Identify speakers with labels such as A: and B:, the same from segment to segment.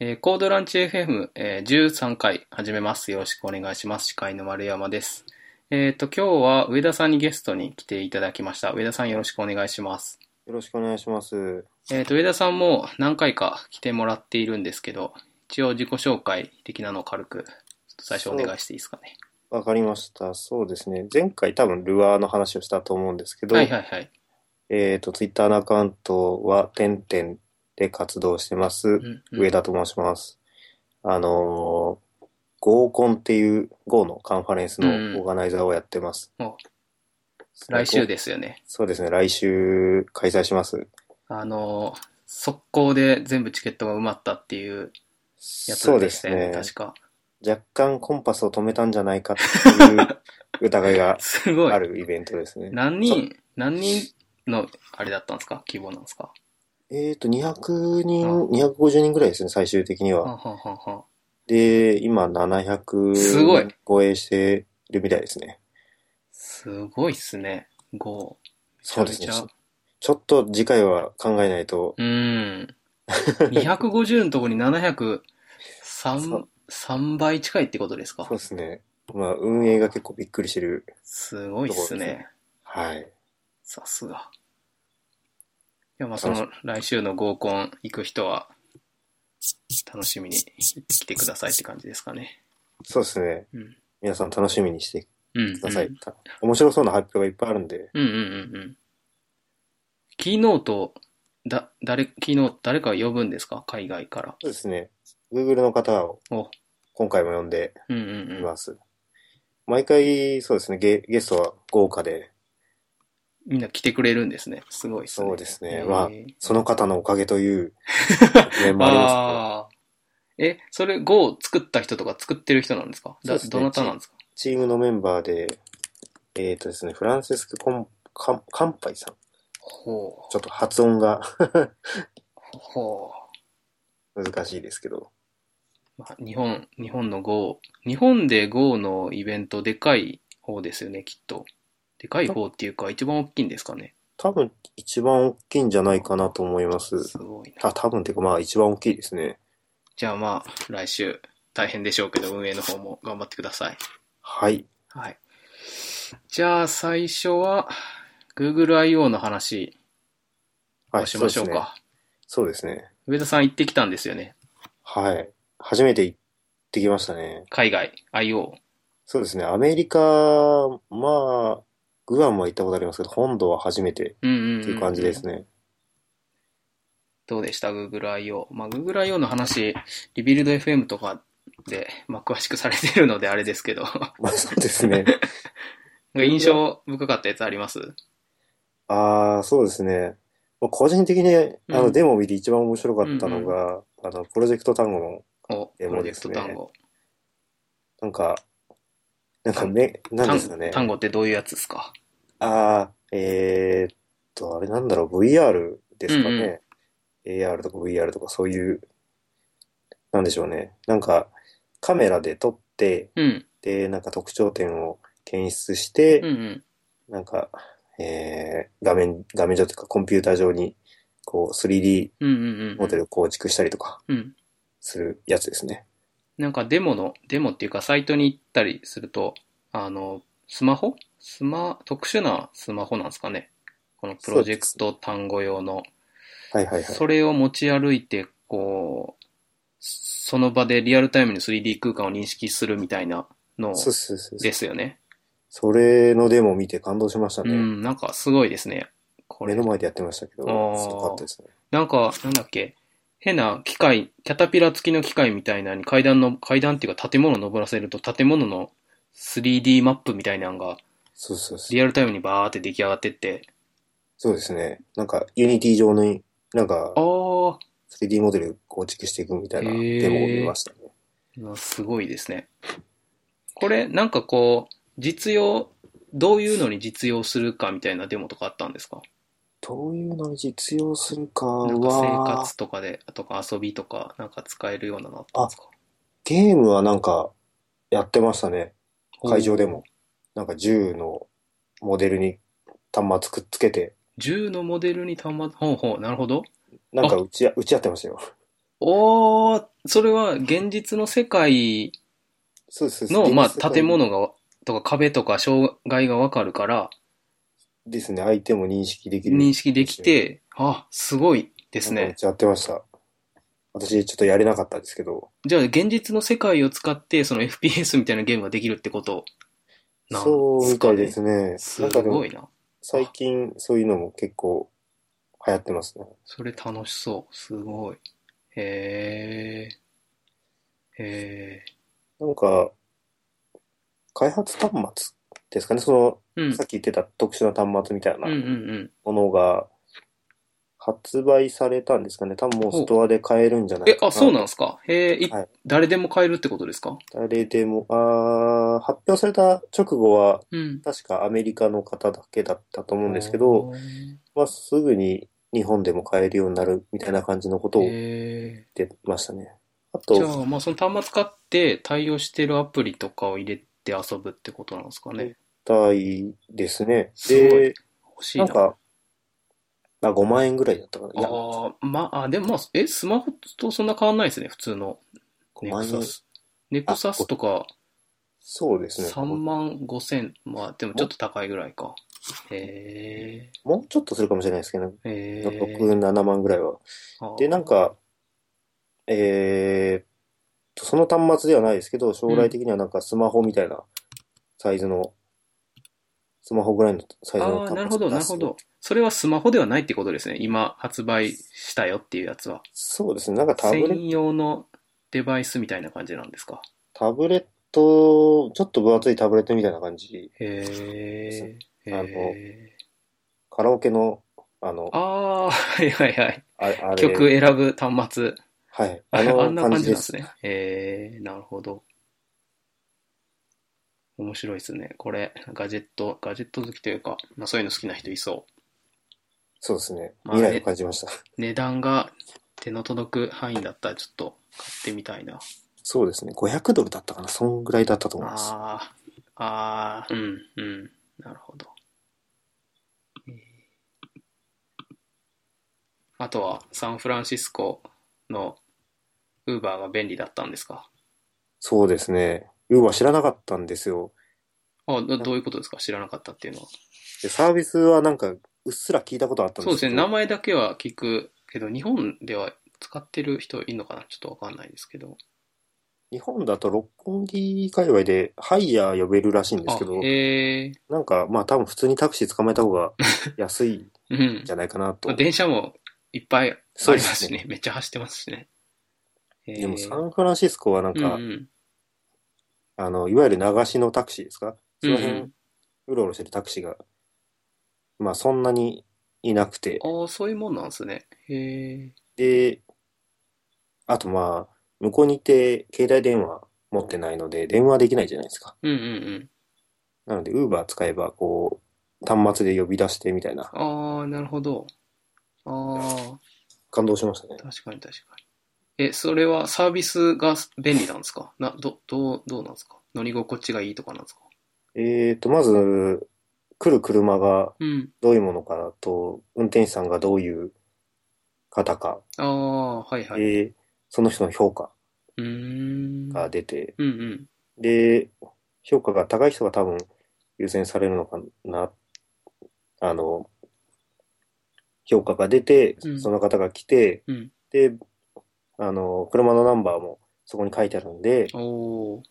A: えーコードランチ FM、えー13回始めます。よろしくお願いします。司会の丸山です。えっ、と、今日は上田さんにゲストに来ていただきました。上田さんよろしくお願いします。
B: よろしくお願いします。
A: えっ、と、上田さんも何回か来てもらっているんですけど、一応自己紹介的なのを軽く、ちょっと最初お願いしていいですかね。
B: わかりました。そうですね。前回多分ルアーの話をしたと思うんですけど、
A: はいはいはい。
B: えっ、と、ツイッターのアカウントは、てんてんで活動してます。
A: うんうん
B: 上田と申します。あのー、合コンっていう GO のカンファレンスのオーガナイザーをやってます。。
A: お来週ですすよね。
B: そうですね。来週開催します。
A: あのー、速攻で全部チケットが埋まったっていうやつ
B: そうで
A: でし
B: す
A: たよね、
B: ね。
A: 確か。
B: 若干コンパスを止めたんじゃないかっていう疑い が
A: すごい
B: あ。るイベントですね。
A: 何人、何人の、あれだったんですか希望なんですか
B: えっ、と、200
A: あ
B: 人、250人ぐらいですね、最終的に
A: はん
B: は。
A: はんはんはん
B: で、今700
A: すごい
B: 超えしてるみたいですね。
A: すごいっすね。5。
B: そうですね。
A: めちゃ
B: ち
A: め
B: ょ
A: ち
B: ちょっと次回は考えないと、
A: うーん。250のとこに700、3、3倍近いってことですか
B: そうですね。まあ、運営が結構びっくりしてる。
A: すごいっすね。
B: はい。
A: さすが。いや、まあ、その、来週の合コン行く人は、楽しみに来てくださいって感じですかね。
B: そうですね。
A: うん。
B: 皆さん楽しみにして
A: うん、うん。
B: ください。た面白そうな発表がいっぱいあるんで、
A: うんうんうんうん。キーノート、だ、誰、キーノート、誰か呼ぶんですか海外から。
B: そうですね。Google の方を
A: お、
B: 今回も呼んで
A: うんうん
B: い
A: うん。
B: ます。毎回、そうですね、ゲゲストは豪華で、
A: みんな来てくれるんですね。すごいですね。
B: そうですね
A: へー
B: まあその方のおかげという、面もありますけ ど。
A: あーえ、それ Go を作った人とか作ってる人なんですか
B: そ
A: だ
B: うですね
A: どなたなんですか
B: チームのメンバーで、えっ、とですね、フランセスク・コン、カン、カンパイさん。
A: ほう
B: ちょっと発音が
A: ほ
B: 難しいですけど。
A: う、まあ。日本、日本の Go。日本で Go のイベントでかい方ですよね、きっと。でかい方っていうか、一番大きいんですかね。
B: 多分一番大きいんじゃないかなと思います。
A: すごいな。
B: あ、多分っていうかまあ一番大きいですね。
A: じゃあまあ、来週、大変でしょうけど、運営の方も頑張ってください。
B: はい。
A: はい。じゃあ、最初は、Google I.O. の話
B: は
A: を
B: い、
A: しましょうか。
B: そうですね。そうですね。
A: 上田さん行ってきたんですよね。
B: はい。初めて行ってきましたね。
A: 海外、I.O.
B: そうですね。アメリカ、まあ、グアムは行ったことありますけど、本土は初めて
A: うんうん、うん。
B: っていう感じです。ね。
A: どうでした ?Google I.O. まあ、Google I.O. の話、リビルド FM とかで、まあ、詳しくされてるのであれですけ ど、
B: まあそうですね。
A: 印象深かったやつあります
B: ああ、そうですね。まあ個人的に、あ
A: う
B: の、
A: ん
B: デモを見て一番面白かったのが、あの、プロジェクト単語の、
A: お、プ
B: で
A: ロジェ
B: もで
A: ク
B: す
A: ト
B: ね
A: 単語。
B: なんか、なんかめ、なんですかね。
A: 単語ってどういうやつですか
B: ああ、えーっと、あれなんだろう、VR ですか
A: うん
B: ね。AR とか VR とかそういう、なんでしょうね。なんか、カメラで撮って、
A: うん。
B: で、なんか特徴点を検出し
A: うんう
B: て、
A: ん。
B: なんか、えー、画面、画面上というかコンピューター上に、こう、3D
A: うんうんうん。
B: モデルを構築したりとか、
A: うん。
B: するやつですね。
A: なんかデモの、デモっていうかサイトに行ったりすると、あの、スマホスマ、特殊なスマホなんですかね。このプロジェクト単語用の。
B: はいはいはい。
A: それを持ち歩いて、こう、その場でリアルタイムに 3D 空間を認識するみたいなの
B: そうそうそうそう。
A: ですよね。
B: それのデモを見て感動しました
A: う
B: ね。
A: ん、なんかすごいですね。こ
B: 目
A: れ
B: の。前でやってましたけど、
A: あー
B: すごかったですね。
A: なんか、なんだっけ、変な機械、キャタピラ付きの機械みたいなのに階段の、階段っていうか建物を登らせると建物の 3D マップみたいなのが
B: そうそうそう。
A: リアルタイムにバーって出来上がってって、
B: そうですね。なんか、ユニティ上に、なんか
A: あ、ー
B: 3D モデル構築していくみたいな
A: へー
B: デモを見ましたね。
A: まあ、すごいですね。これ、なんかこう、実用、どういうのに実用するかみたいなデモとかあったんですか
B: どういうのに実用するか
A: なんか生
B: は、
A: 活とかで、とか遊びとか、なんか使えるようなのあったんですか
B: ゲームはなんか、やってましたね。会場で
A: おー
B: も。。なんか、銃のモデルに端末くっつけて、
A: 銃のモデルにたま、ほうほう、なるほど。
B: なんか打ちあ、打ち合ってましたよ。
A: おー、それは現実の世界
B: そうですそうで
A: の、
B: す
A: ま
B: 現実世
A: あ、
B: 界
A: 建物が、とか壁とか障害がわかるから、
B: ですね、相手も認識できる。
A: 認識できて、あ、すごいです
B: なんかめっ
A: ね。
B: ちゃやってました。私、ちょっとやれなかったんですけど。
A: じゃあ、現実の世界を使って、その FPS みたいなゲームができるってことなん
B: そうみたいですすね。
A: か
B: な
A: ね。
B: ん
A: す
B: かで
A: ご
B: も
A: い、な。
B: 最近そういうのも結構流行ってますね。
A: それ楽しそう。すごい。へえ。へ
B: なんか、開発端末ですかね、そ
A: え。う
B: の、
A: ん
B: さ。っき言ってた特殊な端末みたいな
A: うんうんうん。
B: ものが、発売されたんですかね。多分もうストアで買えるんじゃない
A: え、
B: かな。
A: あ、そうなんですかへえ、い
B: はい
A: 誰でも買えるってことですか
B: 誰でも、あー発表された直後は、
A: うん。
B: 確かアメリカの方だけだったと思
A: な
B: うんですけど、、まあ、すぐに日本でも買えるようになるみたいな感じのことを言っ
A: へえ。
B: てましたね。あ
A: じゃ
B: と、
A: あ、まあ、その端末買って対応してるアプリとかを入れて遊ぶってことなんですかね。
B: たいですね。
A: すごい
B: で、
A: 欲しい
B: な
A: な。
B: んか、あ、5万円ぐらいだったかな。いや、
A: ああ、まあ、でもまあ、え、スマホとそんな変わんないですね、普通の。
B: 5
A: ネ
B: 万
A: ク
B: 円
A: サ。ス。ネクサスとか
B: そうですね。
A: 3万5千、まあでもちょっと高いぐらいか。へ
B: もうちょっとするかもしれないですけど、ね、
A: え。へ
B: 6、
A: え。
B: 7万ぐらいは。
A: あ
B: で、なんか、えーっと、その端末ではないですけど、将来的にはなんかスマホみたいなサイズの、スマホぐらいのサイズの
A: ああ、
B: 端末
A: なるほど、なるほど。それはスマホではないってことですね。今発売したよっていうやつは。
B: そうですね。なんかタブレット
A: 専用のデバイスみたいな感じなんですか。
B: タブレット、ちょっと分厚いタブレットみたいな感じ。
A: へえ。
B: あの
A: へ
B: カラオケの、あの
A: ー、ああ、はいはいはい。
B: ああれ。
A: 曲選ぶ端末。
B: はい。
A: あ
B: あ
A: あ
B: の
A: んな感
B: 感
A: じなん
B: じで。
A: ですすね。えー、なるほど。面白いですね。これ、ガジェット、ガジェット好きというか、まあそういうの好きな人いそ
B: そうですね。
A: まあ
B: 未来を感じました。
A: う。値段が手の届く範囲だったらちょっと買ってみたいな。
B: そうですね。500ドルだったかな。そんぐらいだったと思います。
A: あー、あー、うん、うん。なるほど。えーあとは、サンフランシスコのウーバーが便利だったんですか
B: そうですね。ウーバー知らなかったんですよ。
A: あどどういうことですか知らなかったっていうのは。
B: でサービスはなんか、うっすら聞いたことあったん
A: そう
B: で
A: ですす
B: け
A: ね、
B: ど。
A: 名前だけは聞くけど、日本では使ってる人いるのかなちょっとわかんないですけど。
B: 日本だと六本木界隈でハイヤー呼べるらしいんですけど、
A: へえ
B: なんか、まあ多分普通にタクシー捕まえた方が安いん
A: ー、うん
B: じ。ゃないかな と。
A: まあ電車もいっぱいあり
B: そう
A: ま
B: ですね
A: すしね、めっちゃ走ってますしね。へー
B: でもサンフランシスコはなんか、
A: うんうん
B: あの、いわゆる流しのタクシーですかその辺、
A: う
B: うんろうろしてるタクシーが、まあそんなにいなくて、
A: ああ、そういうもんなんですね。へえ。
B: で、あとまあ、向こうに行って携帯電話持ってないので、電話できないじゃないですか。
A: うんうんうん。
B: なので、ウーバー使えば、こう、端末で呼び出してみたいな、
A: ああ、なるほど。あ
B: 感動しましたね
A: あ、。確かに確かに。え、それはサービスが便利なんですかな、ど、どう、どうなんですか乗り心地がいいとかなんですか
B: えーと、まず、来る車が
A: うん。
B: どういうものかと、運転手さんがどういう方か、
A: ああ、はいはい。
B: で、その人の評価
A: うーん。
B: が出て、
A: うんうん。
B: で、評価が高い人が多分優先されるのかな。あの、評価が出て
A: う、ん
B: その方が来て、
A: うん。
B: で、あの、車のナンバーもそこに書いてあるんで、
A: おー。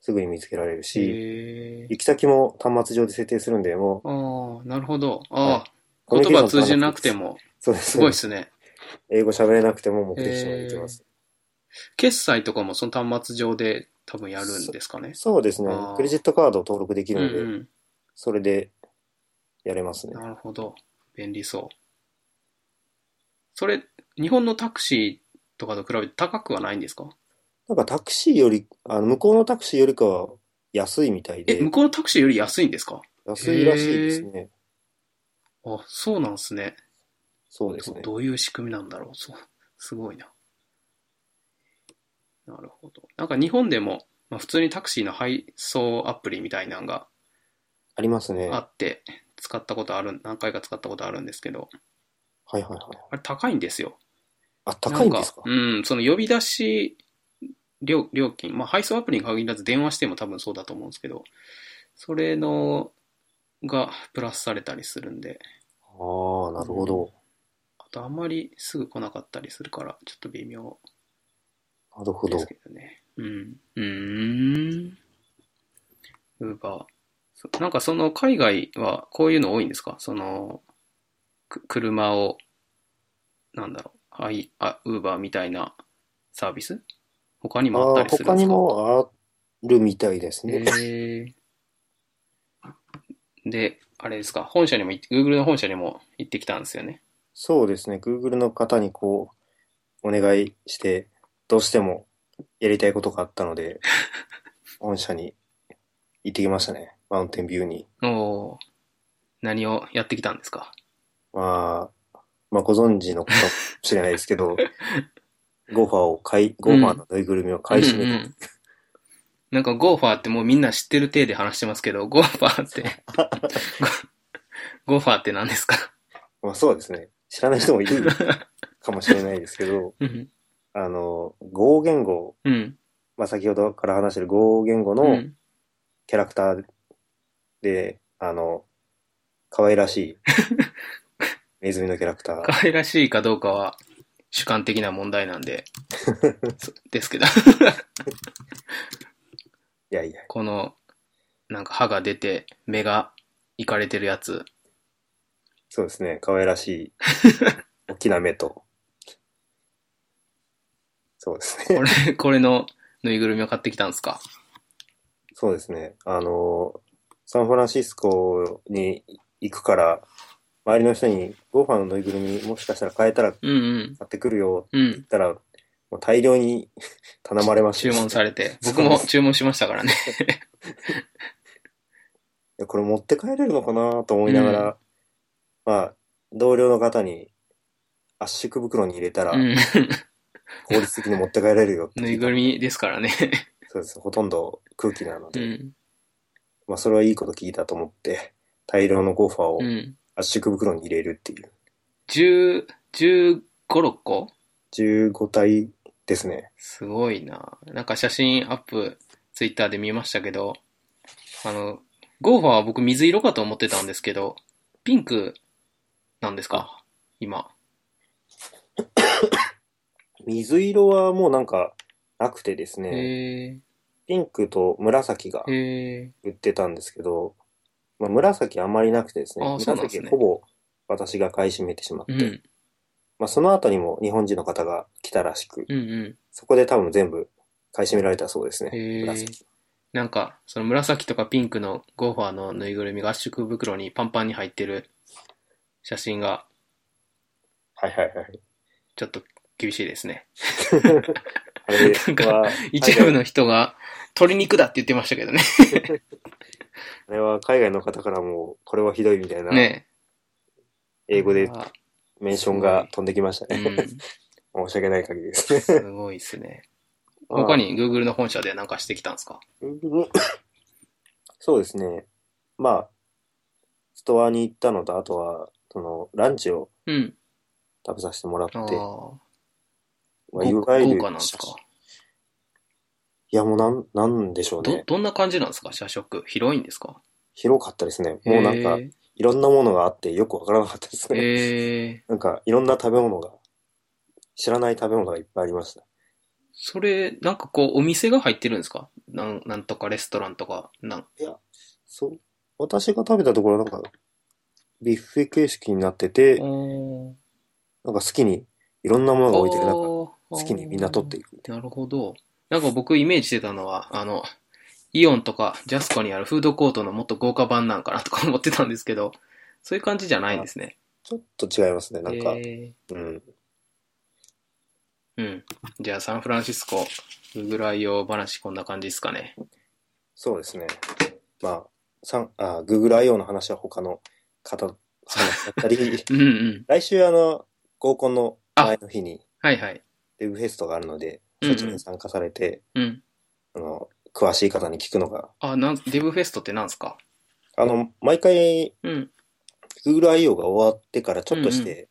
B: すぐに見つけられるし、
A: へー。
B: 行き先も端末上で設定するんで、も
A: ああ、なるほど。あ
B: は
A: あ、
B: う、
A: 言葉通じなくて
B: も、
A: も、
B: そうです
A: すごい
B: ね
A: で。すね。
B: 英語喋れなくても目的地まで行けます。
A: 決済とかもその端末上で多分やるんですかね。
B: そうですね
A: あー。
B: クレジットカードを登録でき
A: うん
B: るの
A: う
B: で、
A: ん。
B: それでやれますね。
A: なるほど。便利そう。それ、日本のタクシーとかと比べて高くはないんですか
B: なんかタクシーより、あの、向こうのタクシーよりかは安いみたい
A: え、
B: で
A: 向、こうのタクシーより安いんですか
B: 安いらしいですね。
A: あ、そうなんですね。
B: そうですね。
A: どういう仕組みなんだろう。そう。すごいな。なるほど。なんか日本でも、まあ、普通にタクシーの配送アプリみたいなのが
B: ありますね。
A: あ
B: は
A: って、使ったことある、何回か使ったことあるんですけど、
B: いはいはい。
A: あれ高いんですよ。
B: あ、高いんですか
A: なんうん、その呼び出し料料金、まあ、配送アプリに限らず電話しても多分そうだと思うんですけど、それのがプラスされたりするんで、
B: ああ、なるほど。
A: あとあんまりすぐ来なかったりするから、ちょっと微妙
B: なるほ
A: で
B: ど
A: す。けどね。うん。うーん。ウーバー。そなんかその海外はこういうの多いんですかその、く車を、なんだろう、はい、あ、ウーバーみたいなサービス他にもあっ
B: あ
A: た
B: あ、
A: りするん
B: 他
A: です
B: に
A: か
B: もあるみたいですね。
A: へーで、あれですか、本社にも行って、Google の本社にも行ってきたんですよね。
B: そうですね。Google の方にこう、お願いして、どうしてもやりたいことがあったの で、本社に行ってきましたね。マウンテンビューに。
A: おー何をやってきたんですか
B: まあ、まあご存知のことかもしれないです けど、ゴーファーを買い、ゴーファーのぬいぐるみを買い占め
A: うんう
B: て、
A: んなんかゴーファーってもうみんな知ってる体で話してますけど、ゴーファーって、 ゴーファーって何ですか
B: まあそうですね。知らない人もいるかもしれないですけ ど、
A: うん。
B: あの、Go 言語、
A: うん。
B: まあ先ほどから話してる Go 言語
A: う
B: の
A: ん
B: キャラクターで、あの、可愛らし い、ネズミのキャラクター。
A: 可愛らしいかどうかは主観的な問題なん で、そですけど、
B: いやいや、
A: この、なんか歯が出て、目がいかれてるやつ、
B: そうですね。可愛らしい、大きな目と。そうですね。
A: これ、これのぬいぐるみを買ってきたんですか
B: そうですね。あの、サンフランシスコに行くから、周りの人にゴーファーのぬいぐるみもしかしたら買えたら買
A: うんうん。
B: ってくるよって
A: う
B: 言
A: ん。
B: ったら、もう大量に 頼まれました
A: 注
B: ね、
A: 文されて。
B: そう
A: 僕も注文しましたからね。
B: いやこれ持って帰れるのかなと思いながら、
A: うん
B: まあ、同僚の方に圧縮袋に入れたら
A: う、ん。
B: 効率的に持って帰れるよって
A: ぬいぐるみですからね。
B: そうです。ほとんど空気なの
A: う
B: で、
A: ん。
B: まあ、それはいいこと聞いたと思って、大量のゴーファーを
A: うん。
B: 圧縮袋に入れるっていう、
A: 10、15、6個
B: 15体ですね。
A: すごいな。なんか写真アップ、ツイッターで見ましたけど、あの、ゴーファーは僕水色かと思ってたんですけど、ピンクなんですか今。
B: 水色はもうなんかなくてですね、
A: へ
B: ピンクと紫が
A: え。へ
B: 売ってたんですけど、まあ、紫あまりなくてですね、
A: あそうなんです
B: 紫
A: ね
B: ほぼ私が買い占めてしまっ
A: え。
B: て、
A: うん。
B: まあ、その後にも日本人の方が来たらしく、
A: うんうん。
B: そこで多分全部買い占められたそうですね、
A: へえ
B: 紫。
A: なんか、その紫とかピンクのゴーファーのぬいぐるみが圧縮袋にパンパンに入ってる写真が
B: はいはいはい。
A: ちょっと厳しいですね。
B: あれ
A: なんか
B: は、
A: 一部の人が鶏肉だって言ってましたけどね。
B: あれは海外の方からも、これはひどいみたいな、
A: ね
B: 英語で
A: あ
B: メンションが飛んできました
A: う
B: ね。
A: ん。
B: 申し訳ない限りですね。
A: すごいですね。他に Google の本社でなんかしてきたんですか
B: そうですね。まあ、ストアに行ったのと、あとは、その、ランチを
A: うん。
B: 食べさせてもらって
A: ああ、、
B: まあ、い
A: 豪
B: わゆ
A: 豪
B: る、
A: 華なんですか
B: いや、もうなん、なんでしょう
A: ど
B: ね、。
A: どんな感じなんですか社食。広いんですか
B: 広かったですね。もうなんか、
A: へ
B: いろんなものがあってよくわからなかったです
A: え
B: ね。
A: へえ
B: なんか、いろんな食べ物が、知らない食べ物がいっぱいありました。
A: それ、なんかこう、お店が入ってるんですかなんなんとかレストランとか、なん
B: そう。私が食べたところ、なんか、ビュッフェ形式になってて、
A: お
B: なんか好きにいろんなものが置いてる中、好
A: 好
B: きにみんな取っていく。
A: なるほど。なんか僕イメージしてたのは、あの、イオンとかジャスコにあるフードコートのもっと豪華版なんかなとか思ってたんですけど、そういう感じじゃないんですね。
B: ちょっと違いますね、なんか。
A: え
B: うん。
A: ーうん。じゃあサンフランシスコ、ぐらい用話こんな感じですかね。、
B: そうですね。まあ、さんあ Google I.O. の話は他の方の話だったり
A: うんうん。
B: 来週あの、合コンの前の日に
A: はいはい。
B: デブフェストがあるので、
A: うんう
B: そ
A: ん
B: ちらに参加されて、
A: うん。
B: あの、詳しい方に聞くのが、
A: あ、なん、デブフェストってなんすか
B: あの、毎回
A: うん。
B: Google I.O. が終わってからちょっとして、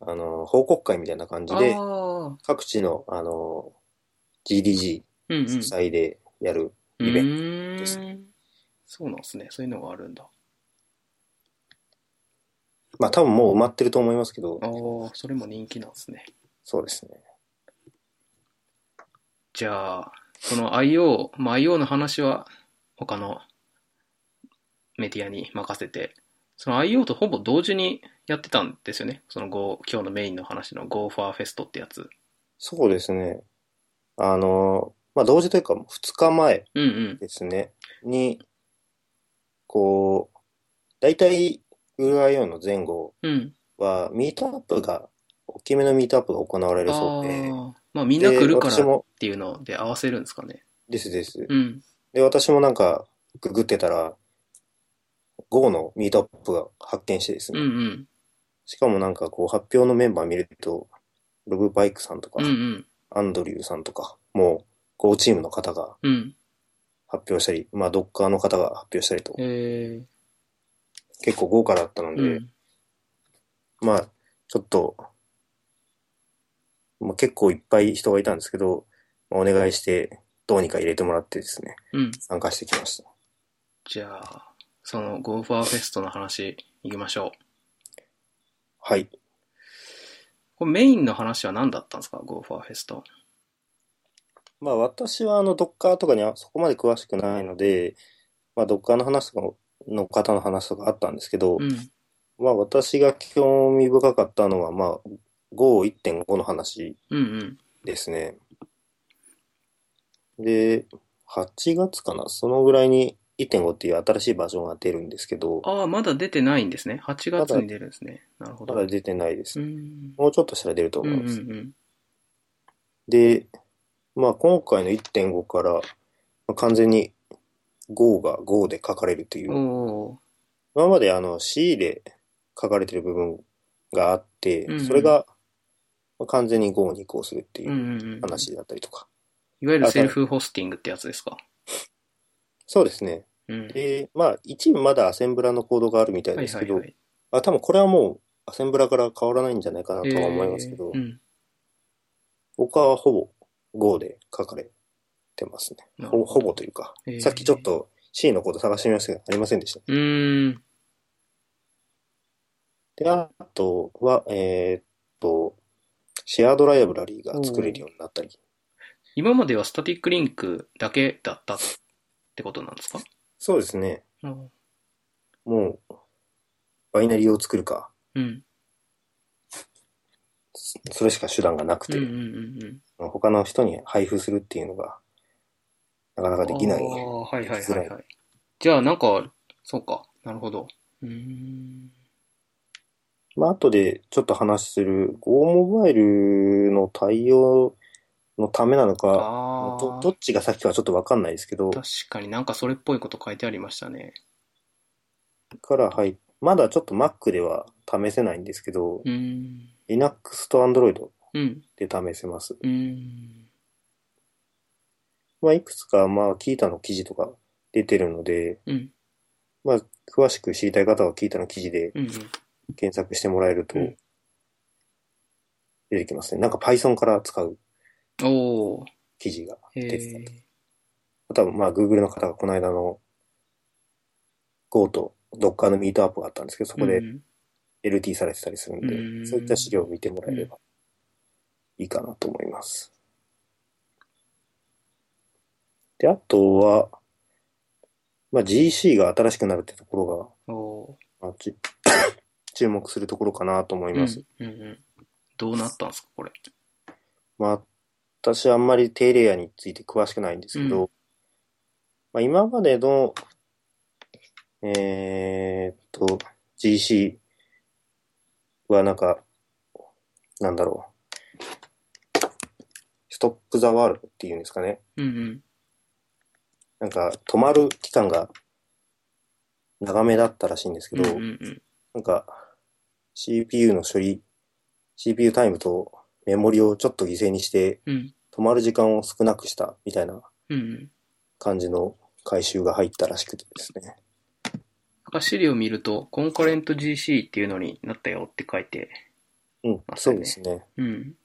B: あの、報告会みたいな感じ
A: ああ
B: で、
A: ー、
B: 各地の、あの、GDG
A: うんうん。
B: 主催でやる。イベ
A: ン
B: トです
A: そうなんですね。そういうのがあるんだ。
B: まあ多分もう埋まってると思いますけど
A: あ、あ、それも人気なんですね。
B: そうですね。
A: じゃあ、この IO、まあ、IO の話は他のメディアに任せて、その IO とほぼ同時にやってたんですよね。その Go、今日のメインの話の Go for Fest ってやつ。
B: そうですね。あの、まあ同時というか2日前
A: うんうん。
B: ですね、に、こう、大体 UIO の前後
A: うん。
B: はミートアップが、大きめのミートアップが行われる
A: あ
B: そうで、
A: あ、まあみんな来るから
B: で私
A: っ
B: も、
A: ていうので合わせるんですかね。
B: ですです。
A: うん。
B: で、私もなんか、ググってたら、Go のミートアップが発見してです
A: う
B: ね、
A: んうん。
B: しかもなんかこう発表のメンバー見ると、ロブバイクさんとか、
A: うんうん。
B: アンドリューさんとか、もう5チームの方が
A: うん。
B: 発表したり、まあドッカーの方が発表したりと、
A: え
B: 結構豪華だったの
A: ー、
B: で、
A: うん。
B: まあちょっと、まあ、結構いっぱい人がいたんですけど、まあお願いしてどうにか入れてもらってですね、
A: うん。
B: 参加してきました。
A: じゃあ、その Go for Fest の話行きましょう。
B: はい。
A: これメインの話は何だったんですか ?Go for Fest。
B: まあ私はあのドッカーとかにはそこまで詳しくないので、まあドッカーの話とかの方の話とかあったんですけど、
A: うん。
B: まあ私が興味深かったのは、まあ、5.1.5の話
A: うんうん。
B: ですね。で、8月かな、そのぐらいに1.5っていう新しいバージョンが出るんですけど、
A: ああ、まだ出てないんですね。8月に出るんですね。なるほ
B: ま
A: ど。
B: だ出てないで
A: う
B: す。
A: ん。
B: もうちょっとしたら出ると
A: うんう
B: 思います。
A: ん
B: で、まあ今回の1.5から、まあ完全に5が5で書かれるとい
A: うん。
B: う、
A: おー
B: 今まであの C で書かれてる部分があって
A: うんう、ん
B: それがまあ完全に5に移行するってい
A: うん
B: う
A: うんうん。
B: 話だったりとか。
A: いわゆるセルフホスティングってやつですか。
B: そうですね。
A: うん。
B: で、まあ、一部まだアセンブラのコードがあるみたい
A: は
B: で
A: い
B: す
A: は
B: け
A: い
B: ど、
A: はい。
B: あ、多分これはもうアセンブラから変わらないんじゃないかなとは思いますけど、
A: えーうん。
B: 他はほぼ Go で書かれてますね。
A: なる
B: ほ
A: ほど
B: ほぼというか、
A: えー
B: さっきちょっと C のコード探してみましたけど、ありませんでした。
A: うーん。
B: で、あとは、えーっと、シェアドライブラリーが作れるようになったり、
A: 今まではスタティックリンクだけだったってことなんですか
B: そうですね。
A: うん
B: もう、バイナリーを作るか、
A: うん。
B: それしか手段がなく
A: うんうん
B: て、
A: うんうん。
B: 他の人に配布するっていうのが、なかなかできない。
A: ああ、はいはい
B: できづ
A: は
B: ら
A: い、
B: い
A: はい。じゃあ、なんか、そうか。なるほど。うーん。
B: まあ、後でちょっと話する Go モバイルの対応のためなのか、
A: あ
B: ど
A: あ
B: ど、っちが先かはちょっとわかんないですけど、
A: 確かになんかそれっぽいこと書いてありましたね。
B: から入っまだちょっと Mac では試せないんですけど
A: う、ーん。
B: Linux と Android
A: うん。
B: で試せます。
A: うーん。
B: まあ、いくつか、まあ、キータの記事とか出てるので、
A: うん。
B: まあ、詳しく知りたい方はキータの記事で
A: うん。
B: 検索してもらえると
A: うん
B: 出てきますね。なんか Python から使う
A: うん、おお。
B: 記事が。
A: へ
B: です
A: え
B: ね。あとは、まあ、Google の方がこの間の Go と Docker のミートアップがあったんですけど、そこ
A: う
B: で
A: ん
B: LT されてたりするんで、
A: うん
B: そういった資料を見てもらえればいいかなと思います。で、あとは、まあ、GC が新しくなるってところ
A: おお
B: が、まあ、ち 注目するところかなと思い
A: ー。
B: ます。
A: うん。うんうん。どうなったんですか、これ。
B: まあ、私はあんまり低レイヤーについて詳しくないんですけど、
A: う
B: まあ、今までの、えーっと、GC はなんか、なんだろう。ストップザワールドっていうんですかね。
A: うんうん。
B: なんか、止まる期間が長めだったらしいんですけ
A: うん
B: ど、
A: うんうん。
B: なんか、CPU の処理、CPU タイムとメモリをちょっと犠牲にして、
A: うん。
B: 止まる時間を少なくしたみたいな
A: うんうん。なん
B: 感じの回収が入ったらしくてですね。
A: か資料見ると、コンカレント GC っていうのになったよって書いて
B: うん、
A: まさ
B: そう
A: にね
B: ですね。
A: うん。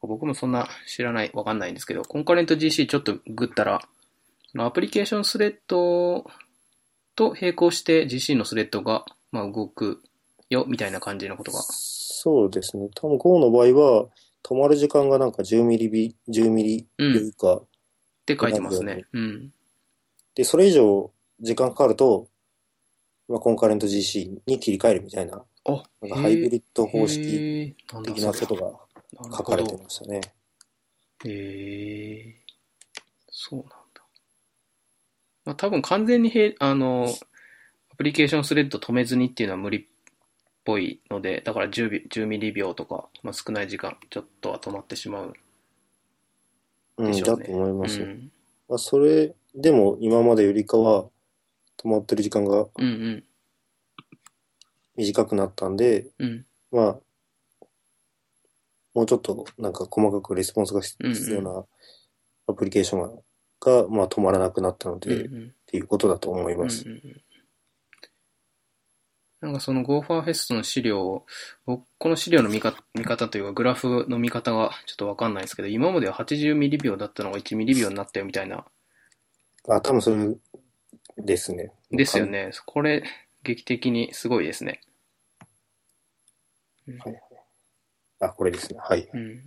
A: 僕もそんな知らない、わかんないんですけど、コンカレント GC ちょっとグったら、そのアプリケーションスレッドと並行して GC のスレッドが、まあ、動くよ、みたいな感じのことが。
B: そうですね。多分 Go の場合は、止まる時間がなんか10ミリビ、10ミリというか、
A: って書いてます
B: な
A: ね
B: る。
A: うん。
B: で、それ以上時間かかると、まあ、コンカレント GC に切り替えるみたいな、
A: あ、
B: なんかハイブ
A: リ
B: リッド方式的なことが
A: が
B: 書かれてましたね。
A: へえそうなんだ。まあ多分完全にへ、あの、アプリケーションスレッド止めずにっていうのは無理っぽいので、だから10秒10ミリ秒とか、まあ、少ない時間、ちょっとは止まってしまう。
B: うん、
A: でしょう
B: だ
A: ね
B: と思いうますよ。
A: ん。
B: まあ、それでも今までよりかは、止まってる時間が
A: うんうん。
B: 短くなったんで、
A: うん。
B: まあ、もうちょっとなんか細かくレスポンスが必必要なアプリケーションが、がまあ、止まらなくなったの
A: うん
B: で、
A: う
B: っ
A: ん。
B: ていうことだと思い
A: うんう
B: ま
A: ん
B: す。
A: うんなんかその GoFarFest の資料を、僕、この資料の見か見方というか、グラフの見方がちょっとわかんないですけど、今までは80ミリ秒だったのが1ミリ秒になったよみたいな
B: あ、多分それですね。
A: ですよ。ね。これ、劇的にすごいですね。うん
B: はいあ、これですね。はい。
A: うん。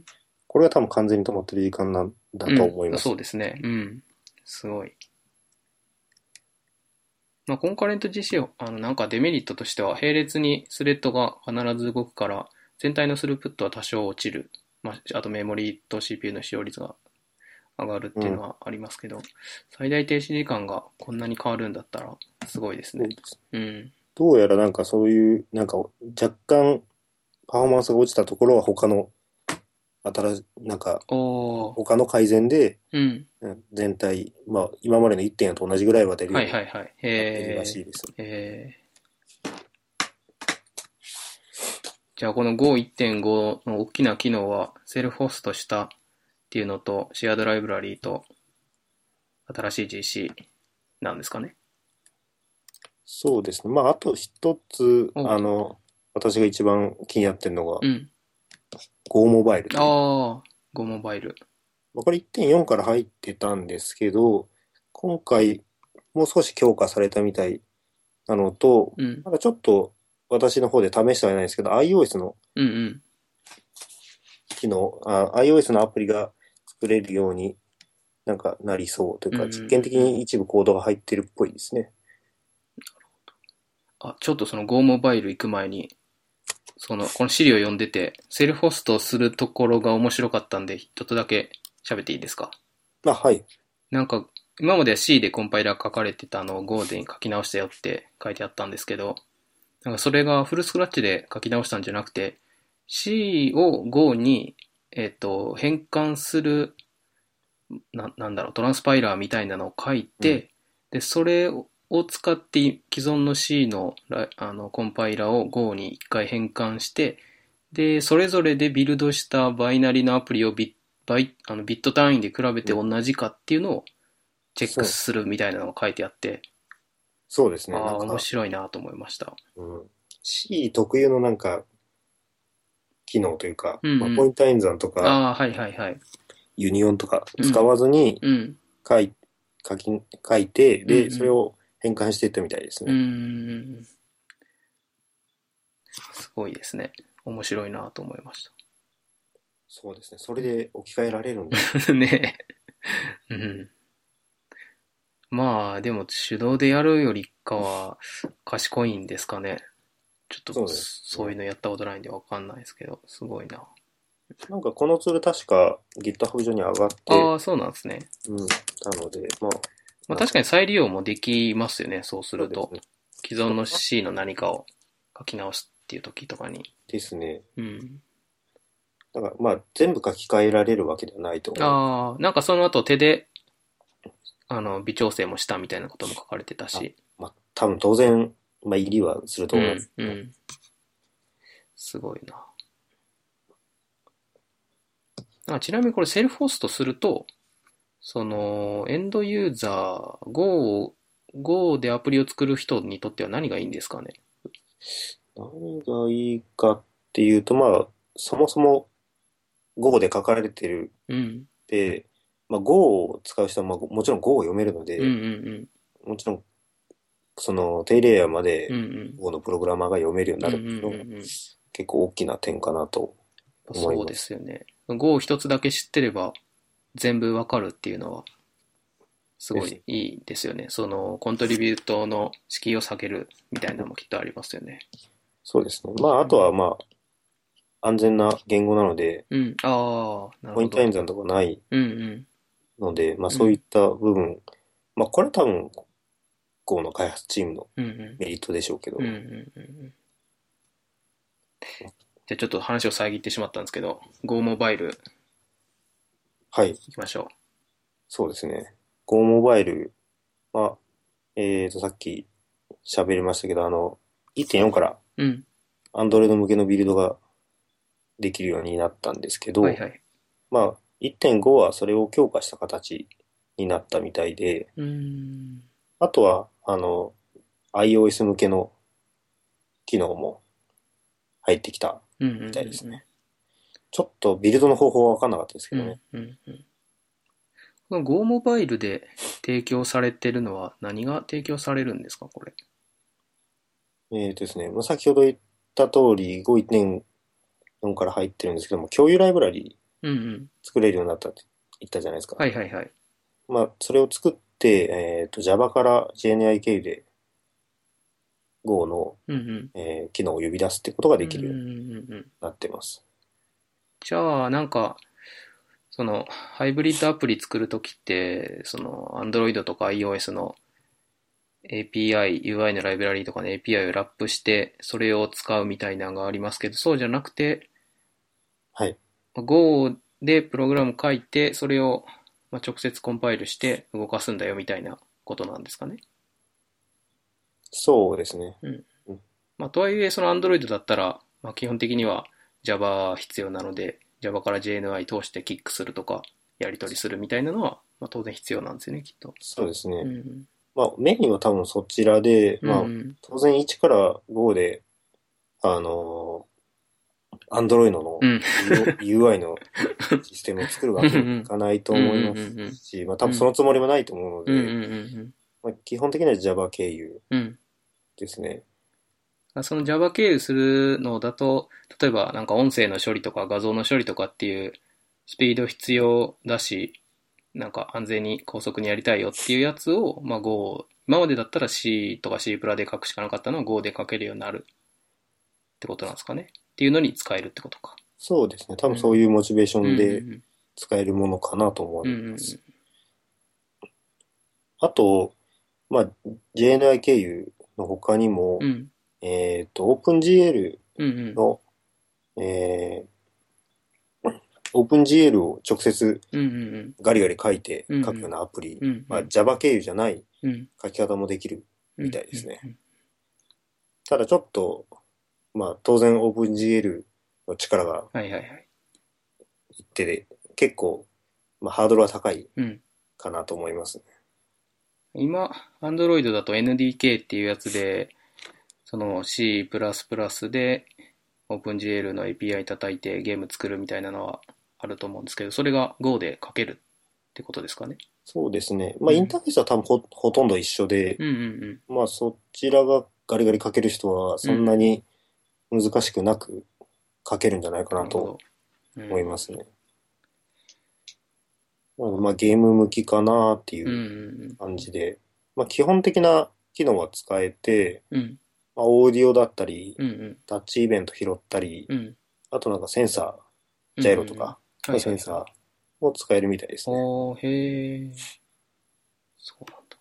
B: これは多分完全に止まってる時間なんだと思いま
A: うん
B: す。
A: そうですね。うん。すごい。まあ、コンカレント GC を、あの、なんかデメリットとしては、並列にスレッドが必ず動くから、全体のスループットは多少落ちる。まあ、あとメモリと CPU の使用率が上がるっていうのはありますけど、最大停止時間がこんなに変わるんだったら、すごいですね。うん。
B: どうやらなんかそういう、なんか若干パフォーマンスが落ちたところは他の、新し、なんか
A: おー。
B: 他の改善で、
A: うん。
B: うん全体、まあ今までの1点と同じぐらいは出るよ
A: はい
B: うに
A: は
B: なっ
A: いはい。
B: て
A: へ
B: る
A: ー
B: らしいです。
A: えーじゃあこの Go1.5 の大きな機能はセルフホストしたっていうのとシェアドライブラリーと新しい GC なんですかね。
B: そうですね。まああと一つ、
A: うん
B: あの、私が一番気になってるのが
A: う、ん。
B: Go モバイルという。
A: ああ、Go モバイル。
B: まあこれ1.4から入ってたんですけど、今回もう少し強化されたみたいなのと、
A: うん。
B: なんかちょっと私の方で試してはいないんですけど、iOS の
A: うんうん。
B: 機能、あ iOS のアプリが作れるようになんかなりそうというか、
A: うん
B: 実験的に一部コードが入ってるっぽいですね。
A: あ、ちょっとその Go モバイル行く前に、その、この資料読んでて、セルフホストするところが面白かったんで、ちょっとだけ喋っていいですか
B: あ、はい。
A: なんか、今までは C でコンパイラー書かれてたのを Go で書き直したよって書いてあったんですけど、なんかそれがフルスクラッチで書き直したんじゃなくて、C を Go に、えっ、と、変換する、な、なんだろう、トランスパイラーみたいなのを書いて、
B: う
A: で、それを使って既存の C のライあのコンパイラーを Go に一回変換して、で、それぞれでビルドしたバイナリのアプリをビッバイあのビット単位で比べて同じかっていうのをチェックするみたいなのが書いてあって、
B: そうですね。
A: ああ、
B: なん
A: 面
B: か、
A: 白いなと思いました。
B: うん、C 特有のなんか、機能というか、
A: うんうん
B: まあ、ポイント演算とか、
A: ああ、はいはいはい。
B: ユニオンとか使わずに
A: うん。
B: 書い書き書いて、
A: うんう
B: で、
A: ん
B: それを変換していったみたいです
A: うー
B: ね。
A: ん。すごいですね。面白いなと思いまし
B: そうですね。それで置き換えられるんだ。
A: た。 ねえ。うん。まあ、でも手動でやるよりかは賢いんですかね。ちょっと
B: そうですね
A: そういうのやったことないんでわかんないですけど、すごいな。
B: なんかこのツール確か GitHub 上に上がって、
A: ああ、そうなんですね。
B: うん、なので、まあ、
A: まあ確かに再利用もできますよね、そうすると
B: そう。
A: 既存の C の何かを書き直すっていう時とかに。
B: ですね。
A: うん。
B: だから、まあ、全部書き換えられるわけではないと思う。
A: ああ、なんかその後手で、あの、微調整もしたみたいなことも書かれてたし。
B: まあ、多分当然、まあ、入りはすると
A: う
B: 思いま
A: ん
B: す。、
A: うん。すごいな。あちなみにこれセルフホストすると、その、エンドユーザー、Go を、Go でアプリを作る人にとっては何がいいんですかね
B: 何がいいかっっていうと、まあ、そもそも Go で書かれてる
A: うん。
B: で、まあ、Go を使う人は、まあ、もちろん Go を読めるので、
A: うんうん
B: もちろん、その低レイヤーま
A: うん。うんう
B: で
A: ん。
B: Go のプログラマーが読めるようになるっていうの
A: うん
B: が
A: うんうんうん
B: 結構大きな点かなと。思います
A: そうですよね。Go を一つだけ知ってれば全部わかるっていうのはすごいいいですよね。そのコントリビュートの敷居を下げるみたいなのもきっとありますよね。
B: そうですね。まあ、あとはまあ、安全な言語なので、
A: うん。ああ、なる
B: ポイ
A: ほ
B: ント演
A: ど。
B: 算とかない
A: うんうん。
B: ので、まあ、そういった部分、まあ、これは多分、Go の開発チームの
A: うんうん。
B: メリットでしょうけど、
A: うんうんうんうん。じゃあちょっと話を遮ってしまったんですけど、Go モバイル
B: はい。
A: 行きましょ
B: そうですね。Go モバイルは、えっと、さっき喋りましたけど、あの、1.4から
A: う。うん。
B: Android 向けのビルドができるようになったんですけど、
A: はいはい。
B: まあ、1.5はそれを強化した形になったみたいで、
A: うーん。
B: あとは、あの、iOS 向けの機能も入ってきた。
A: うんうんうんうん。
B: みたいですねちょっとビルドの方法は分かんなかったですけ
A: う
B: ど
A: ん
B: ね。
A: うんうんこの Go モバイルで提供されてるのは何が提供されるんですか、これ。
B: えーとですね、まあ、先ほど言った通り、5.4から入ってるんですけども、共有ライブラリ
A: うんうん。
B: 作れるようになったって言ったじゃないですか。
A: はいはいはい。
B: まあ、それを作って、えっと、Java から JNI 経由で Go の、
A: うんうん。
B: えー機能を呼び出すってことができるよう
A: うん
B: に
A: うんうん。
B: なってます。
A: じゃあ、なんか、その、ハイブリッドアプリ作るときって、その、Android とか iOS の API、UI のライブラリとかの API をラップして、それを使うみたいなのがありますけど、そうじゃなくて、
B: はい。
A: Go でプログラム書いて、それをまあ直接コンパイルして動かすんだよみたいなことなんですかね。
B: そうですね。
A: まあ、とはいえ、その Android だったら、まあ、基本的には Java 必要なので、Java から JNI 通してキックするとか、やり取りするみたいなのは、まあ、当然必要なんですよね、きっと。
B: そうです
A: う
B: ね。
A: ん。
B: まあ、メインは多分そちらで、まあ
A: う、ん。
B: 当然1から Go で、あのー、Android の
A: うん。
B: UI のシステムを作るわけにはいかないと思います
A: うんうんうんうん
B: し、まあ多分そのつもりもないと思うの
A: うんうん
B: で、
A: うん
B: まあ、基本的には Java 経由
A: うん。うん
B: ですね。
A: あその Java 経由するのだと、例えばなんか音声の処理とか画像の処理とかっていうスピード必要だし、なんか安全に高速にやりたいよっていうやつを、まあ Go、今までだったら C とか C プラで書くしかなかったのを Go で書けるようになるってことなんですかね。っていうのに使えるってことか。
B: そうですね。多分そういうモチベーションで
A: うん
B: 使えるものかなと思
A: う
B: い
A: んうん、
B: ます。あと、まあ、JNI 経由の他にも、
A: うんうん
B: えっと、OpenGL
A: うんうん
B: の、えー OpenGL を直接
A: うんうん
B: ガリガリ書いて
A: うんうん
B: 書くようなアプリ、
A: うんうん
B: まあ、Java 経由じゃない
A: うん
B: 書き方もできる。
A: うん
B: みたいですね
A: うん
B: ただちょっと、まあ、当然 OpenGL の力が
A: うんはいはいはい。
B: いってで、結構、まあ、ハードルは高い
A: うん
B: かなと思いますね。
A: 今、Android だと NDK っていうやつで、その C++ で OpenGL の API 叩いてゲーム作るみたいなのはあると思うんですけど、それが Go で書けるってことですかね。
B: そうですね。まあ、
A: うん
B: インターフェースは多分ほほとんど一緒で、
A: うんうん
B: まあそちらがガリガリ書ける人はそんなに難しくなく書けるんじゃないか
A: うん。。
B: なと思いますすね。なのでまあゲーム向きかなってい
A: うん
B: う
A: うん
B: 感じで、まあ基本的な機能は使えて、
A: うん。うん
B: まあ、オーディオだったり、
A: うんうん
B: タッチイベント拾ったり、
A: うん。
B: あとなんかセンサ
A: う
B: ー、
A: ん
B: ジャイロとか、
A: はいはい
B: センサーを使えるみたいですね。
A: おー、へー。そうなんだ。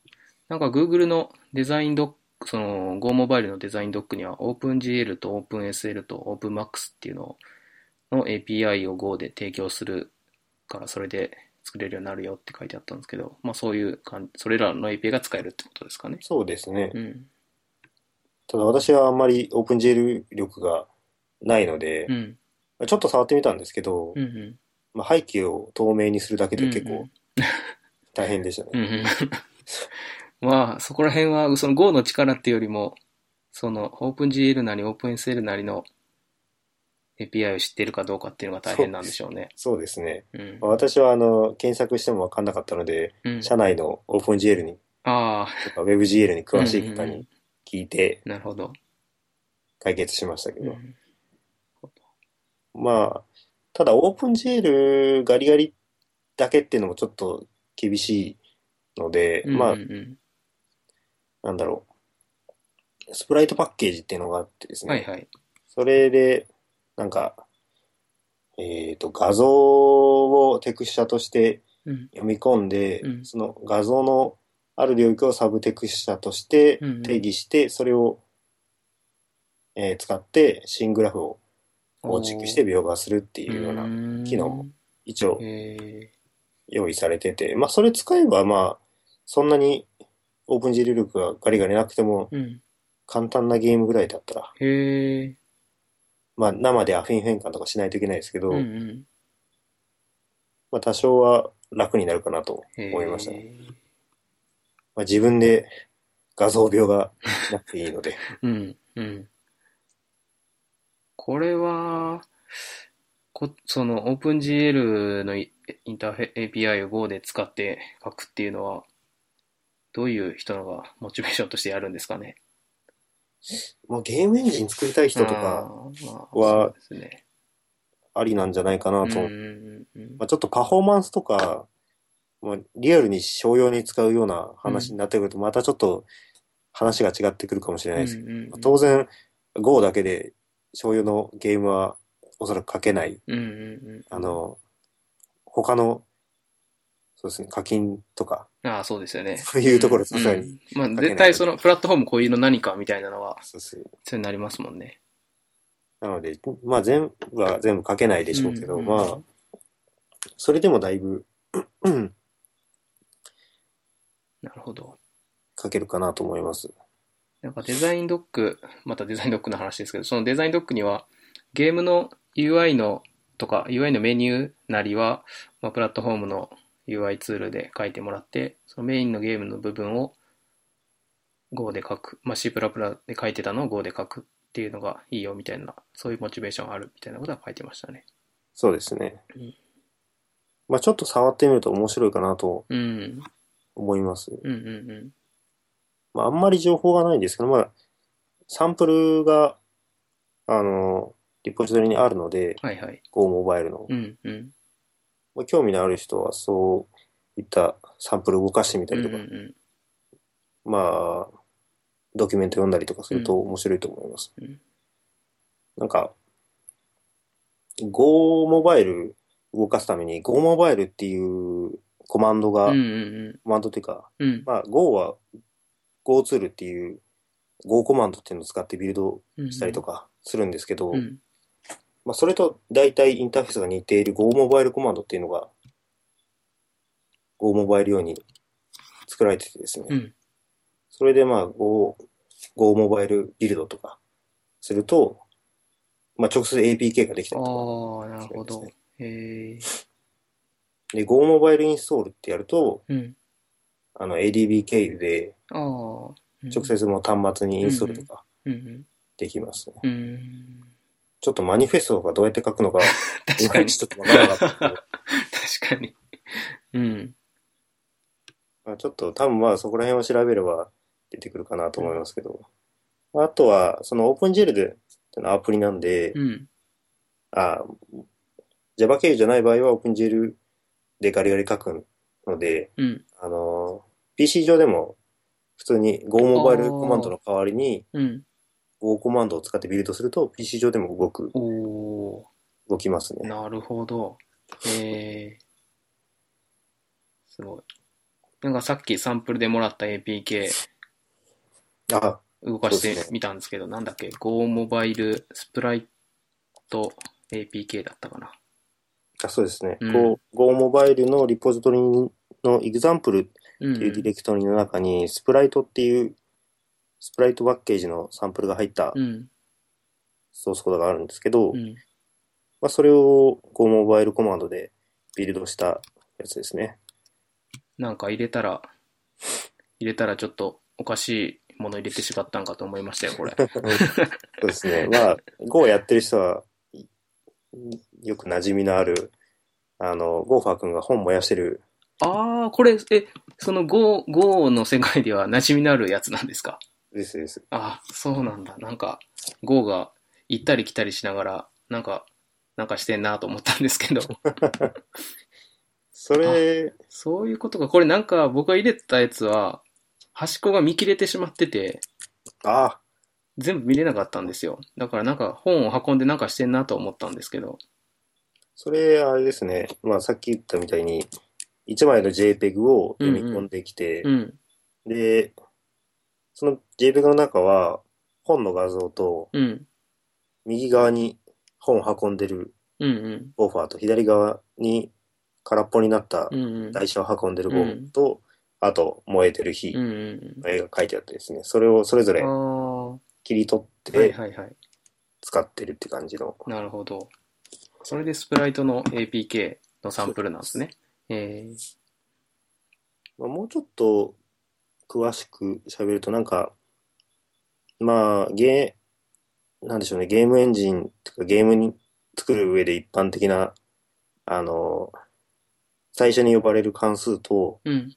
A: なんか Google のデザインドック、その Go モバイルのデザインドックには OpenGL と OpenSL と OpenMax っていうのの API を Go で提供するからそれで作れるようになるよって書いてあったんですけど、まあそういう感じ、それらの API が使えるってことですかね。
B: そうですね。
A: うん。
B: ただ私はあんまり OpenGL 力がないので
A: う、ん。
B: ちょっと触ってみたんですけど、
A: うんうん。
B: まあ、背景を透明にするだけで結
A: うんう
B: 構
A: ん
B: 大変でしたね。
A: うんうん。まあ、そこら辺は、その Go の力っていうよりも、その OpenGL なり OpenSL なりの API を知ってるかどうかっていうのが大変なんでしょうね。
B: そうですね。
A: うん。
B: 私はあの、検索してもわかんなかったので、
A: うん、
B: 社内の OpenGL に、
A: ああ、
B: とか WebGL に詳しい方
A: うんうんう
B: に聞いて
A: なるほど。
B: 解決しましたけ
A: う
B: ど。
A: ん
B: まあ、ただ OpenGL ガリガリだけっていうのもちょっと厳しいので、
A: う
B: まあ
A: ん、うん
B: なんだろう。スプライトパッケージっていうのがあってです
A: うん
B: ね。
A: はいはい。
B: それで、なんか、えっ、と、画像をテクスチャとして
A: うん。
B: 読み込んで、
A: うん
B: その画像のある領域をサブテクスチャとして
A: うんうん
B: 定義して、それを、えー使って新グラフを構築して描画するって
A: て
B: いうような、機能も。一応
A: へえ
B: 用意されてて、まあそれ使えばまあ、そんなに OpenGL 力がガリガリなくても
A: うん。
B: 簡単なゲームぐらいだったら、
A: へえ。
B: まあ生でアフィン変換とかしないといけないですけど、
A: うんうん。
B: まあ多少は楽になるかなと
A: へー
B: 思いましたね。。まあ、自分で画像描画しなくていい ので。
A: うん、うん。これは、こ、その OpenGL のイインターフェ API を Go で使って書くっていうのは、どういう人がモチベーションとしてやるんですかね。
B: まあ、ゲームエンジン作りたい人とか
A: あーまあ
B: は
A: そうですね。
B: ありなんじゃないかなと。
A: うんうんうんうん
B: まあ、ちょっとパフォーマンスとか、まあ、リアルに商用に使うような話になってくると、またちょっと話が違ってくるかもしれないですけど、
A: うんうんうん
B: まあ当然、Go だけで商用のゲームはおそらく書けない。
A: うんうんうん。
B: あ、の、他の、そうですね、課金とか、
A: ああ、そうですよね。
B: そういうところさすがに
A: うんまあ、絶対そのプラットフォーム固有の何かみたいなのは、
B: そうですね
A: 必要になりますもんね。
B: なので、まあ全部は全部書けないでしょうけど、
A: うんうん
B: まあ、それでもだいぶ うん
A: なるほど。
B: 書けるかなと思います。
A: なんかデザインドック、またデザインドックの話ですけど、そのデザインドックには、ゲームの UI のとか、UI のメニューなりは、まあ、プラットフォームの UI ツールで書いてもらって、そのメインのゲームの部分を Go で書く、まあ、C++ で書いてたのを Go で書くっていうのがいいよみたいな、そういうモチベーションあるみたいなことは書いてましたね。
B: そうですね
A: うん。
B: まあちょっと触ってみると面白いかなと
A: うん。
B: 思います。
A: うんうんうん。
B: まああんまり情報がないんですけど、まあサンプルが、あの、リポジトリにあるので、
A: はいはい。
B: Go モバイルの。
A: うんうん。
B: まあ、興味のある人はそういったサンプル動かしてみた
A: うん
B: り
A: う
B: と
A: ん
B: か、
A: うん。
B: まあ、ドキュメント読んだりとかすると面白いと思います。
A: うん
B: なんか、Go モバイル動かすために Go モバイルっていうコマンドが、
A: うんうん
B: コマンドというか、
A: うん。うん
B: まあ Go は Go ツールっていう Go コマンドっていうのを使ってビルド
A: うん。
B: したりと
A: か。
B: かするんですけど、
A: うん。
B: まあそれと大体インターフェースが似ている Go モバイルコマンドっていうのが Go モバイル用に作られててですね、
A: うん。
B: それでまあ Go、Go モバイルビルドとかすると、まあ直接 APK ができたりと
A: ああ、なるほど。へえ。
B: か。で、Go モバイルインストールってやると、
A: うん。
B: あの ADB 経由で
A: ああ。直
B: 直。接もう端末にインストールとか
A: うん
B: できますね。
A: うん。うん。
B: ちょっとマニフェストがどうやって書くのか、
A: 確
B: い
A: か
B: まい
A: に。
B: ちちょ
A: 確
B: っとわからなかったけど、
A: かに。うん。
B: まあちょっと多分まあそこら辺を調べれば出てくるかなと思いますけど。あとは、その OpenGL でってのはアプリなんで、
A: うん。
B: あ、Java 経由じゃない場合は OpenGL でガリガリ書くので、
A: うん。
B: あの、PC 上でも普通に Go モバイルコマンドの代わりに
A: うん。
B: Go コマンドを使ってビルドすると PC 上でも動く、
A: おお
B: 動きますね。
A: なるほど。へえ。すごい。なんかさっきサンプルでもらった APK
B: あ、
A: 動かし
B: そうで
A: て
B: すね
A: みたんですけど、なんだっけ ?Go モバイルスプライト APK だったかな。
B: あそうですね。
A: うん
B: Go, Go モバイルのリポジトリの example
A: うん
B: っていうディレクトリの中にスプライトっていうスプライトパッケージのサンプルが入った
A: うん。
B: ソースコードがあるんですけど、
A: うん。
B: まあ、それを Go モバイルコマンドでビルドしたやつですね。
A: なんか入れたら、入れたらちょっとおかしいもの入れて しまったんかと思いましたよ、これ。
B: そうですね。まあ、Go やってる人は、いよく馴染みのある、あの、ゴーファー君が本燃やしてる、
A: ああ、これ、え、その GO、GO の世界では馴染みのあるやつなんですか
B: ですです。
A: ああ、そうなんだ。なんか、GO が行ったり来たりしながら、なんか、なんかしてんなと思ったんですけ ど、
B: それ、
A: そういうことか。これなんか僕が入れてたやつは、端っこが見切れてしまってて、
B: ああ、
A: 全部見れなかったんですよ。だからなんか本を運んでなんかしてんなと思ったんですけど。
B: それ、あれですね。まあ、さっき言ったみたいに、1枚の JPEG を読み込んできて、
A: うん。
B: で、その JPEG の中は、本の画像と、
A: うん。
B: 右側に本を運んでる
A: うんうん。
B: ゴーファーと、左側に空っぽになった
A: うんうん。
B: 台車を運んでるゴーファーと、あと、燃えてる火
A: うんうん
B: の絵が書いてあってですね、それをそれぞ
A: うん。
B: れ
A: ああ。は
B: 切り取っ
A: い
B: て
A: はいはい。
B: 使ってるって感じの。
A: なるほど。それでスプライトの APK のサンプルなんですね。えー、
B: まあ、もうちょっと詳しく喋るとなんか、まあ、ゲー、なんでしょうね、ゲームエンジンとかゲームに作る上で一般的な、あの、最初に呼ばれる関数と、
A: うん、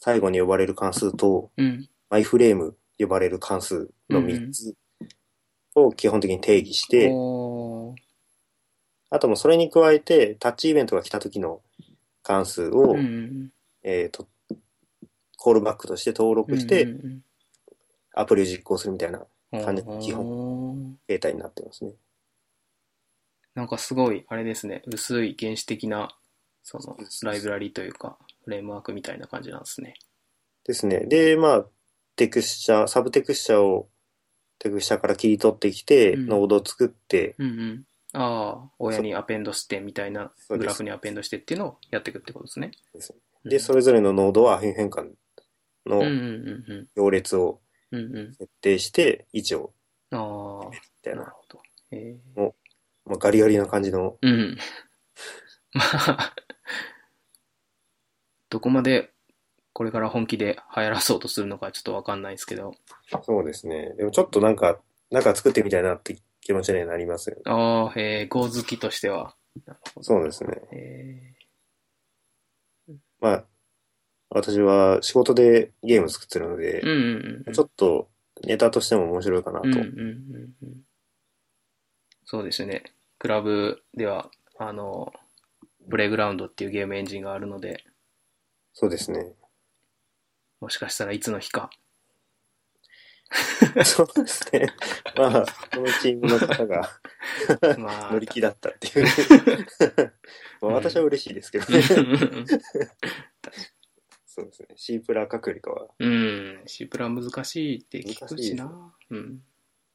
B: 最後に呼ばれる関数と、
A: うん、
B: マイフレーム呼ばれる関数の3つを基本的に定義して、
A: おー
B: あともうそれに加えて、タッチイベントが来た時の関数を、
A: うんうん、
B: えっ、と、コールバックとして登録して、
A: うんうん
B: アプリを実行するみたいな
A: うん
B: 感じ基本
A: おー
B: 形態になってますね。
A: なんかすごい、あれですね、薄い原始的な、その、ライブラリというか、フレームワークみたいな感じなんですね。
B: ですね。で、まあ、テクスチャー、サブテクスチャーをテクスチャーから切り取ってきて、
A: うん
B: ノードを作って、
A: うんうん。ああ、親にアペンドしてみたいな、
B: そう
A: グ
B: です
A: ラフにアペンドしてっていうのをやっていくってことですね。
B: で、それぞれのノードは変変換
A: う
B: の
A: んうんうんうん。
B: 行列を
A: うんうん。
B: 設定して、位置を、
A: ああ、
B: みたい
A: なる
B: な、
A: ほど。えー
B: まあ、ガリガリな感じの、
A: うん。 まあ、どこまでこれから本気で流行らそうとするのかちょっとわかんないですけど。
B: そうですね。でもちょっとなんか、なんか作ってみたいなって気持ちにはなりますよね。
A: ああ、えー、Go 好きとしては。
B: そうですね。
A: え
B: まあ、私は仕事でゲーム作ってるので
A: ー、うんうんうん。
B: ちょっとネタとしても面白いかなと。
A: うんうんうんうん。そうですね。クラブでは、あの、プレイグラウンドっていうゲームエンジンがあるので、
B: そうですね。
A: もしかしたらいつの日か。
B: そうですね。まあ、このチームの方 が
A: まあ、
B: 乗り気だったって いう。まあ私は嬉しいですけど ね。そうですね。C プラ書くよりかは、
A: うん。シプラ難しいって聞くしな。うん。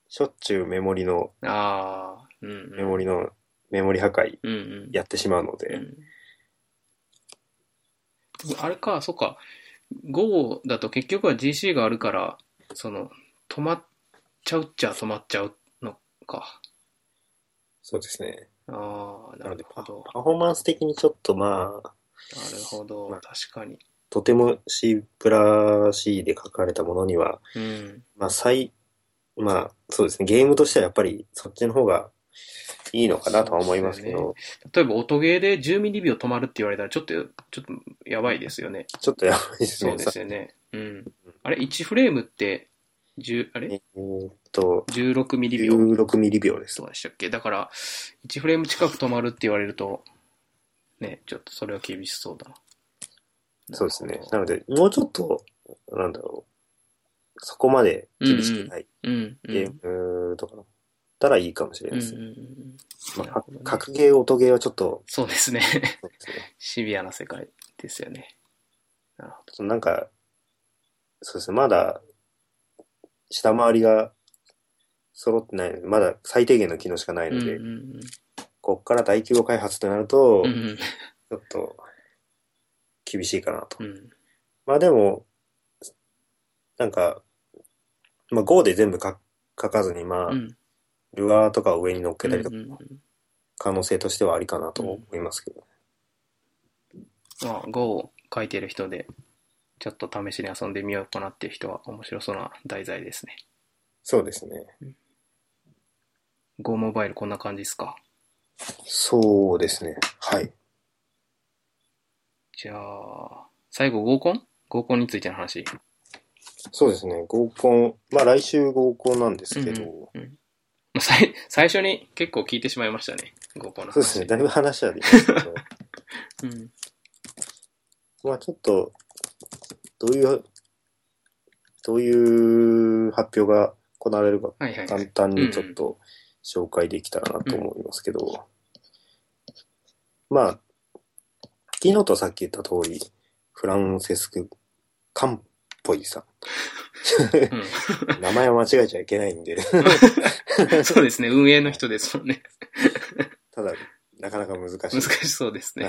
B: しょっちゅうメモリの、
A: ああ、うん、うん。
B: メモリの、メモリ破壊
A: うんうん。
B: やってしまうの
A: う
B: で、
A: んでもあれか、そっか。Go だと結局は GC があるから、その、止まっちゃうっちゃ止まっちゃうのか。
B: そうですね。
A: ああ、な
B: なの
A: る
B: で
A: ほど。
B: パフォーマンス的にちょっとまあ、
A: なるほど。
B: まあ
A: 確かに。
B: とても C プラ C で書かれたものには、
A: うん。
B: まあ、最、まあ、そうですね。ゲームとしてはやっぱりそっちの方がいいのかなとは思いますけ
A: そう例
B: ど、
A: えば、音ゲーで10ミリ秒止まるって言われたら、ちょっと、ちょっと、やばいですよね。
B: ちょっとやばいです
A: そう
B: ね。
A: ですよね。うん。あれ、1フレームって、10、あれ
B: えーっと、
A: ?16 ミリ秒。
B: 16ミリ秒です
A: そう。でしたっけだから、1フレーム近く止まるって言われると、ね、ちょっとそれは厳しそうだな。
B: そうです
A: な
B: ね
A: る。ほ
B: なので、もうちょっと、なんだろう、そこまで厳しくない
A: どうん、うん。
B: ゲームとかだったらいいかもしれ
A: う
B: なんいうで
A: ん
B: す
A: うん
B: ね。まあ
A: なるほどね
B: 格ゲー、音ゲーはちょっと、
A: そうですね。
B: そうですね。
A: シビアな世界ですよね。なるほ
B: ちょっとなんか、そうですね。まだ、下回りが揃ってないので、まだ最低限の機能しかない
A: ど。う
B: の
A: ん
B: で、
A: うん
B: こっから大規模開発となると
A: う、ん。
B: ちょっと厳しいかなと
A: う。ん。
B: まあでも、なんか、まあ Go で全部書書かずに、まあ
A: う、ん。
B: ルアーとかを上に乗っけたりと
A: う
B: か
A: ん、うんうん
B: 可能性としてはありかなと思いますけど。
A: まあ、Go を書いてる人で、ちょっと試しに遊んでみようかなっていう人は面白そうな題材ですね。
B: そうですね。
A: Go モバイルこんな感じですか
B: そうですね。はい。
A: じゃあ、最後合コン合コンについての話。
B: そうですね。合コン。まあ来週合コンなんですけど、
A: まあ最最初に結構聞いてしまいましたね。合コンの話。
B: そうですね。だいぶ話はできますけ ど、
A: うん。
B: まあちょっと、どういう、どういう発表が行われるか
A: はいはい。
B: 簡単にちょっと紹介できたらなと思いますけど、まあ、昨日とさっき言った通り、フランセスク・カンポイさ。
A: うん
B: 名前を間違えちゃいけないんで、
A: ん、 そうですね。運営の人ですもんね。
B: ただ、なかなか難し
A: 難
B: い。
A: しそうですね。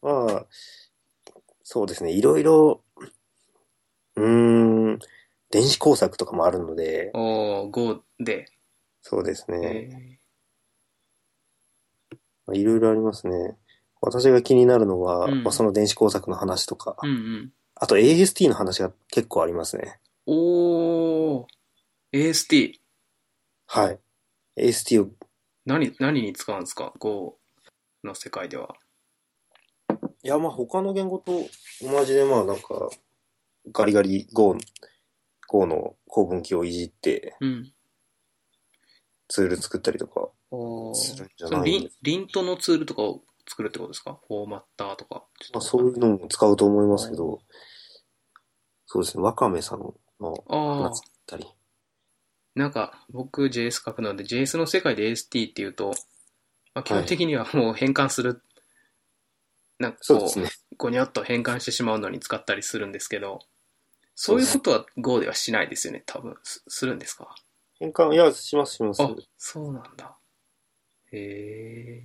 B: はい。まあ、そうですね、いろいろ、うーん、電子工作とかもあるので、
A: おー、Go で。
B: そうですね。
A: え
B: まあいろいろありますね。私が気になるのは、
A: うん
B: まあ、その電子工作の話とか、
A: ーうんうん。
B: あと AST の話が結構ありますね。
A: おー、AST。
B: はい。AST を、
A: 何、何に使うんですか ?Go の世界では。
B: いや、まあ他の言語と同じで、まあなんか、ガリガリ Go、Go の構文記をいじって
A: うん。
B: ツール作ったりとか
A: おー。
B: するんじゃ
A: そ
B: な
A: の
B: い
A: リ
B: ん
A: ン
B: で、
A: リントのツールとかを作るってことですかフォーマッターとか。ちょ
B: まあ
A: っと
B: そういうのも使うと思いますけど、そうですね、ワカメさんの
A: ああ
B: やつ。ったり。
A: なんか、僕 JS 書くので、JS の世界で AST っていうと、まあ、基本的にはもう変換する、なんか
B: そうで
A: こ
B: すね。
A: う、ごにょっと変換してしまうのに使ったりするんですけど、そういうことは Go ではしないですよね、多分。すするんですか
B: 変換、いや、しますします。
A: あ、そうなんだ。へえ。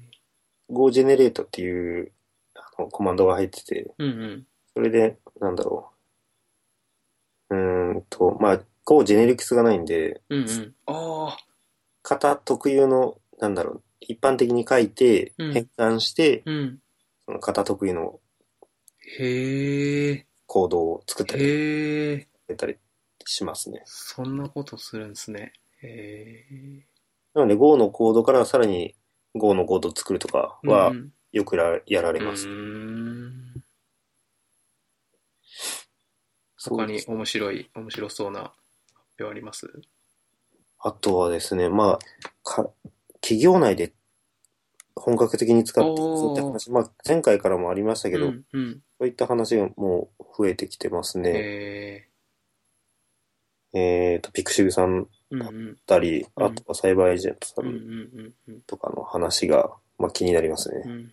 B: Go Generate っていうあのコマンドが入ってて、
A: うんうん。
B: それで、なんだろう。うーんと、まあ、こうジェネリクスがないんで、
A: うんうん。ああ、
B: 型特有の、なんだろう、一般的に書いて、
A: うん
B: 変換して、
A: うん。
B: その型特有の
A: へえ。
B: コードを作ったり、
A: へえ。
B: 出たりしますね。
A: そんなことするんですね。へえ。
B: なので、Go のコードからさらに Go のコードを作るとかは
A: う、ん
B: よくらやられ
A: うん、
B: ます。
A: うーん
B: そう
A: 他
B: で
A: に
B: す
A: 面白い、面白そうな発表あります
B: あとはですね、まあ、か企業内で本格的に使って、
A: おー
B: そういった話、まあ、前回からもありましたけど、
A: うん、うん。
B: そういった話がもう増えてきてますね。
A: え
B: えっ、と、ピクシブさん
A: ー、うんうん、
B: だり、
A: うん
B: あとはサイバーエージェントさ
A: うんうん
B: ん
A: うんうん
B: とかの話が、まあ気になります
A: う
B: ね。
A: ん。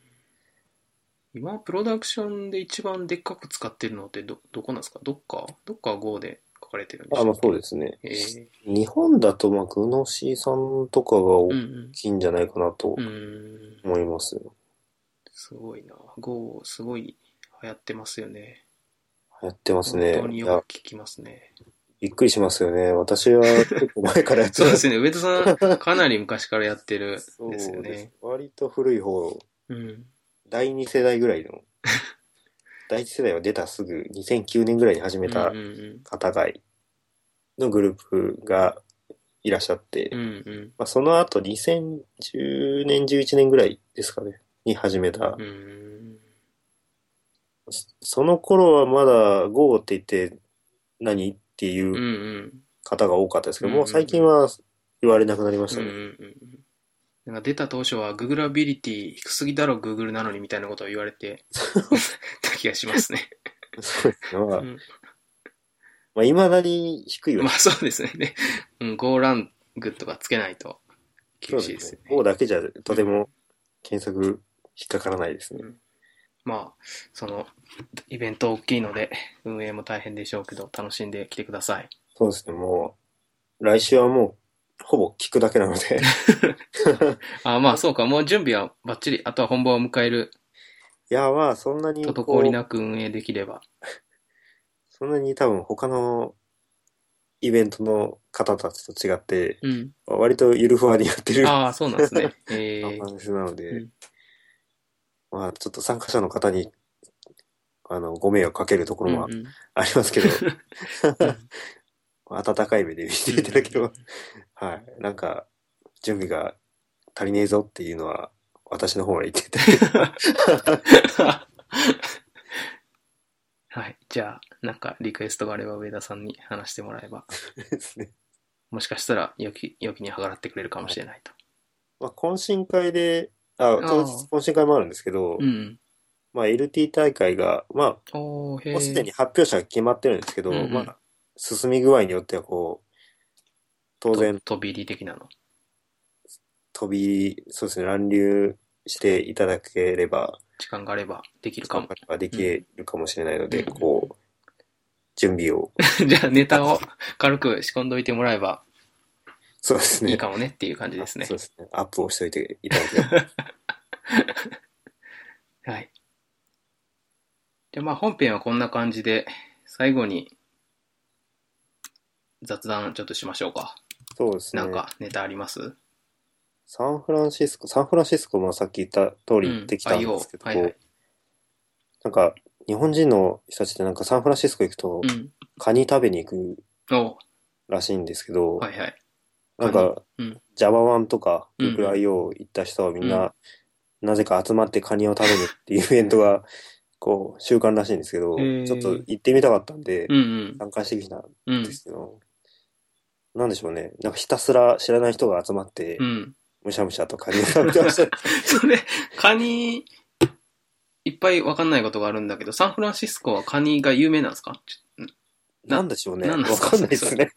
A: 今、プロダクションで一番でっかく使ってるのってど、どこなんですかどっか、どっか Go で書かれてるんで
B: あ、まあそう
A: う
B: ですね。
A: えー、
B: 日本だと、まあ、グノシーさんとかが
A: うん
B: 大きいんじゃないかなと
A: うん。うーん。
B: 思います。
A: すごいな。Go、すごい流行ってますよね。
B: 流行ってますね。
A: 本当に
B: い
A: よ
B: や、
A: く聞きますね。
B: びっくりしますよね。私は結構前からやって
A: そう
B: ま。
A: ですすね。上田 さん、かなり昔からやってる
B: そ
A: ん
B: う
A: ですよ
B: です
A: ね。。
B: 割と古い方、
A: うん。
B: 第2世代ぐらいの、第1世代は出たすぐ2009年ぐらいに始めた、
A: うんうん
B: 方がのグループがいらっしゃって、
A: うん。うん
B: まあ、その後2010年11年ぐらいですかねに始めた、
A: うん。うん。
B: そその頃はまだ GO って言って何ってい
A: うんう。
B: うん方が多かったですけど、
A: うんうん
B: もう最近は言われなくなりまし
A: う
B: た
A: んう
B: ね、
A: んうんなんか出た当初は、ググラビリティ低すぎだろ、グーグルなのにみたいなことを言われてた気がしますね。
B: そうですねまあ
A: うん
B: まあいまだに低いよ
A: ま
B: ね
A: あそうですね。ねうん、ゴーラングとかつけないと厳しいですよね。
B: GO だけじゃとても検索引っかからないですね、
A: まあ、その、イベント大きいので、運営も大変でしょうけど、楽しんできてください。
B: そうですねもう来週はもうほぼ聞くだけなの で
A: あまあそうか、もう準備はバッチリ、あとは本番を迎える、
B: いやまあそんなにこう
A: 滞りなく運営できれば。
B: そんなに多分他のイベントの方たちと違って、
A: うん。
B: 割とゆるふわにやってる
A: ああ、そうなんですね。ええ
B: 感じなので、
A: うん
B: まあちょっと参加者の方に、あの、ご迷惑かけるところも
A: うんうん
B: あり ますけど、温かい目で見ていただければ、はい。なんか、準備が足りねえぞっていうのは、私の方が言ってて。
A: はい。じゃあ、なんかリクエストがあれば上田さんに話してもらえば、
B: で すね。
A: もしかしたら良き、良きに計らってくれるかもしれないと。
B: まあ、懇親会で、あ、
A: ー
B: 当日懇親会もあるんですけど、
A: うん。
B: まあ、LT 大会が、まあ、
A: おー、へ
B: もうすで
A: ー
B: に。発表者が決まってるんですけど、
A: うんうん
B: まあ、進み具合によってはこう、当然
A: と飛び入り的なの。
B: 飛び、そうですね、乱流していただければ、
A: 時間があればできるかも。
B: ができるかもしれないので、
A: うん
B: こう、準備 を、
A: じゃあ、ネタを軽く仕込んどいてもらえば
B: そうですね。
A: いいかもねっていう感じですね
B: そ。うですね。アップをしといていただけれ ば。
A: はい。じゃあまあ本編はこんな感じで、最後に雑談ちょっとしましょうか。
B: そうですね。
A: なんかネタあります
B: サンフランシスコ、サンフランシスコもさっき言った通り行ってきたんですけど、
A: うんあいいよはいはい
B: なんか、日本人の人たちってなんかサンフランシスコ行くと
A: う、ん。
B: カニ食べに行く
A: お
B: らしいんですけど、
A: はいはい。
B: なんか
A: うん、
B: ジャバワンとか、
A: うん
B: グライオ行った人はみん
A: う
B: な、なぜか集まってカニを食べるっていうイベントが、こう、習慣らしいんですけど、
A: へー
B: ちょっと行ってみたかったんで
A: う、ん
B: 参加してきたん
A: うん。うん
B: で。すけど、なんでしょうね。なんかひたすら知らない人が集まって
A: う、ん。
B: むしゃむしゃとカニを食べてま した。
A: それ、カニ、いっぱいわかんないことがあるんだけど、サンフランシスコはカニが有名なんですかちょ
B: なんでしょうね。
A: な
B: わ
A: んなんですか
B: かんないですね。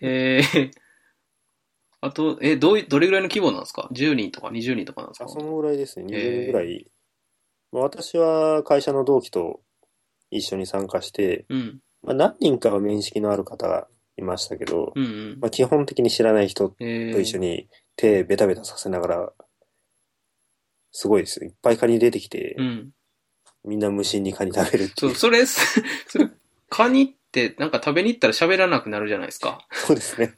A: へえ。あと、え、どうい、どれぐらいの規模なんですか ?10 人とか20人とかなんですか
B: あそのぐらいですね。
A: へー
B: 20人ぐらい。まあ私は会社の同期と一緒に参加して、
A: うん。
B: まあ、何人かは面識のある方がいましたけど、
A: うんうん。
B: まあ、基本的に知らない人
A: え
B: と一緒に手ベタベタさせながら、すごいですよ。いっぱいカニ出てきて
A: う、ん。
B: みんな無心にカニ食べるって
A: そ
B: いう
A: う、。それ、 すそれ、カニってなんか食べに行ったら喋らなくなるじゃないですか。
B: そうですね。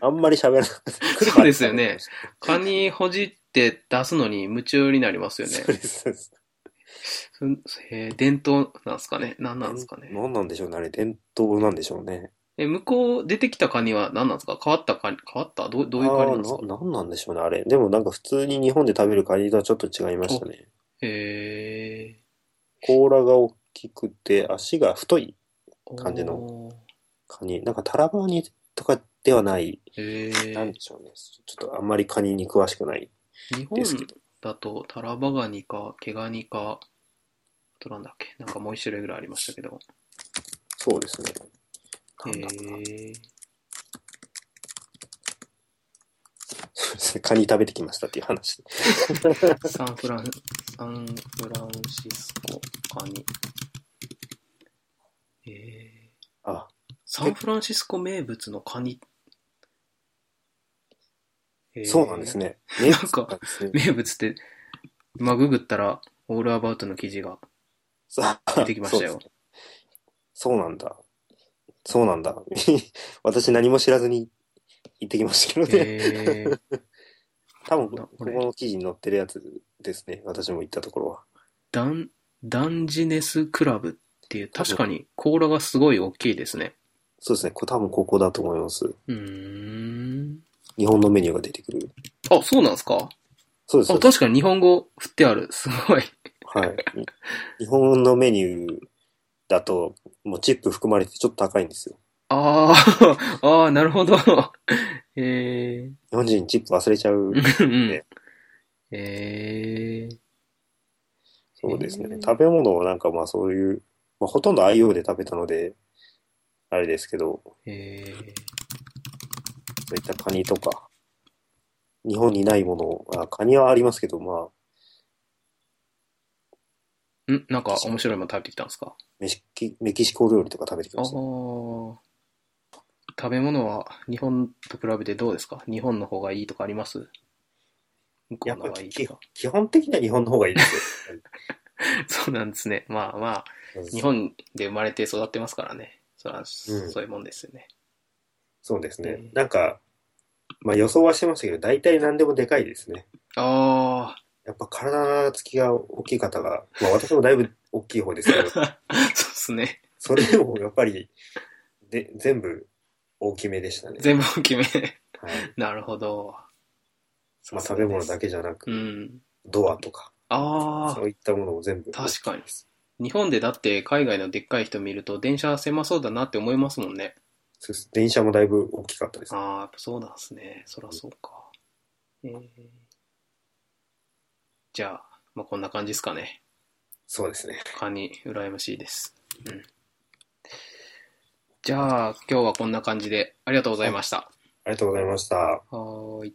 B: あんまり喋らなくて
A: そうですよね。カニほじって出すのに夢中になりますよね
B: そう。です。そうです
A: そへー伝統なんですかね何なんですかね
B: 何なんでしょうね。あれ、伝統なんでしょうね。
A: え、向こう出てきたカニは何なんですか変わったカニ、変わったどうどういうカニなんですか
B: あーな何なんでしょうね、あれ。でもなんか普通に日本で食べるカニとはちょっと違いましたね。
A: へ
B: 甲羅が大きくて、足が太い
A: ー。
B: 感じの
A: おー。
B: カニ。なんかタラバーニとかではない。
A: へ
B: なん
A: ー。
B: でしょうね。ちょっとあんまりカニに詳しくない
A: 日本
B: ですけど。
A: だとタラバガニか毛ガニか、あとなんだっけなんかもう一種類ぐらいありましたけど。
B: そうですね。
A: へ
B: なんだろうな
A: ー。
B: そうですねカニ食べてきましたっていう
A: サ
B: 話。
A: ンフラン、サンフランシスコカニ。えー、
B: あ、
A: サンフランシスコ名物のカニ。えー
B: そうなんです。ね。
A: ん
B: 名物なんですね。
A: 名物って、今ググったら、オールアバウトの記事が。
B: さあ
A: 出てきましたよ
B: そうですねそうなんだ。そうなんだ。 私何も知らずに行ってきましたけどね。
A: えー、
B: 多分、
A: こんな
B: こ
A: こ
B: こ
A: れ
B: の記事に載ってるやつですね。私も行ったところは。
A: ダン、ダンジネスクラブっていう、確かに甲羅がすごい大きいですね。
B: そうですね。これ多分ここだと思います。
A: うーん。
B: 日本のメニューが出てくる。
A: あ、そうなんですか
B: そうです。
A: あ、
B: そうで
A: 確
B: す
A: かに日本語振ってある。すごい。
B: はい。日本のメニューだと、もうチップ含まれてちょっと高いんですよ。
A: ああ、ああ、なるほど。え
B: 日本人チップ忘れち ゃう。
A: ー、 うん
B: ね。
A: えー、
B: そうです
A: へ
B: ね
A: ー。
B: 食べ物をなんかまあそういう、まあほとんど IO で食べたので、あれですけど、
A: えー、
B: そういったカニとか、日本にないものを、あカニはありますけど、まあ、
A: んなんか面白いもの食べてきたんですか
B: メキメキシコ料理とか食べてき
A: あ
B: ま
A: あ、
B: した。
A: 食べ物は日本と比べてどうですか日本の方がいいとかあります向こうの方がいいとか。
B: 基本的には日本の方がいいですよ。
A: そうなんですね。まあまあ、 日本で生まれて育ってますからね。そら、そういうもんですよね。
B: そうですね。
A: うん
B: なんか、まあ予想はしてましたけど、大体何でもでかいですね。
A: あ
B: やっぱ体つきが大きい方が、まあ私もだいぶ大きい方ですけど、
A: あ、そうですね。
B: それでもやっぱり、で、全部大きめでしたね。
A: 全部大きめ。
B: はい、
A: なるほど。そう
B: まあ、食べ物だけじゃなく、
A: うん。
B: ドアとか、
A: ああ
B: そ、ういったものも全部。
A: 確かに。日本でだって海外のでっかい人見ると電車狭そうだなって思いますもんね。
B: そうです電車もだいぶ大きかったです。
A: ああ、やっぱそうなんですね。そらそうか。えーじゃあ、まあ、こんな感じですかね。
B: そうですね。
A: カニ、羨ましいです。うん。じゃあ、今日はこんな感じでありがとうございました。
B: ありがとうございました。
A: はーい。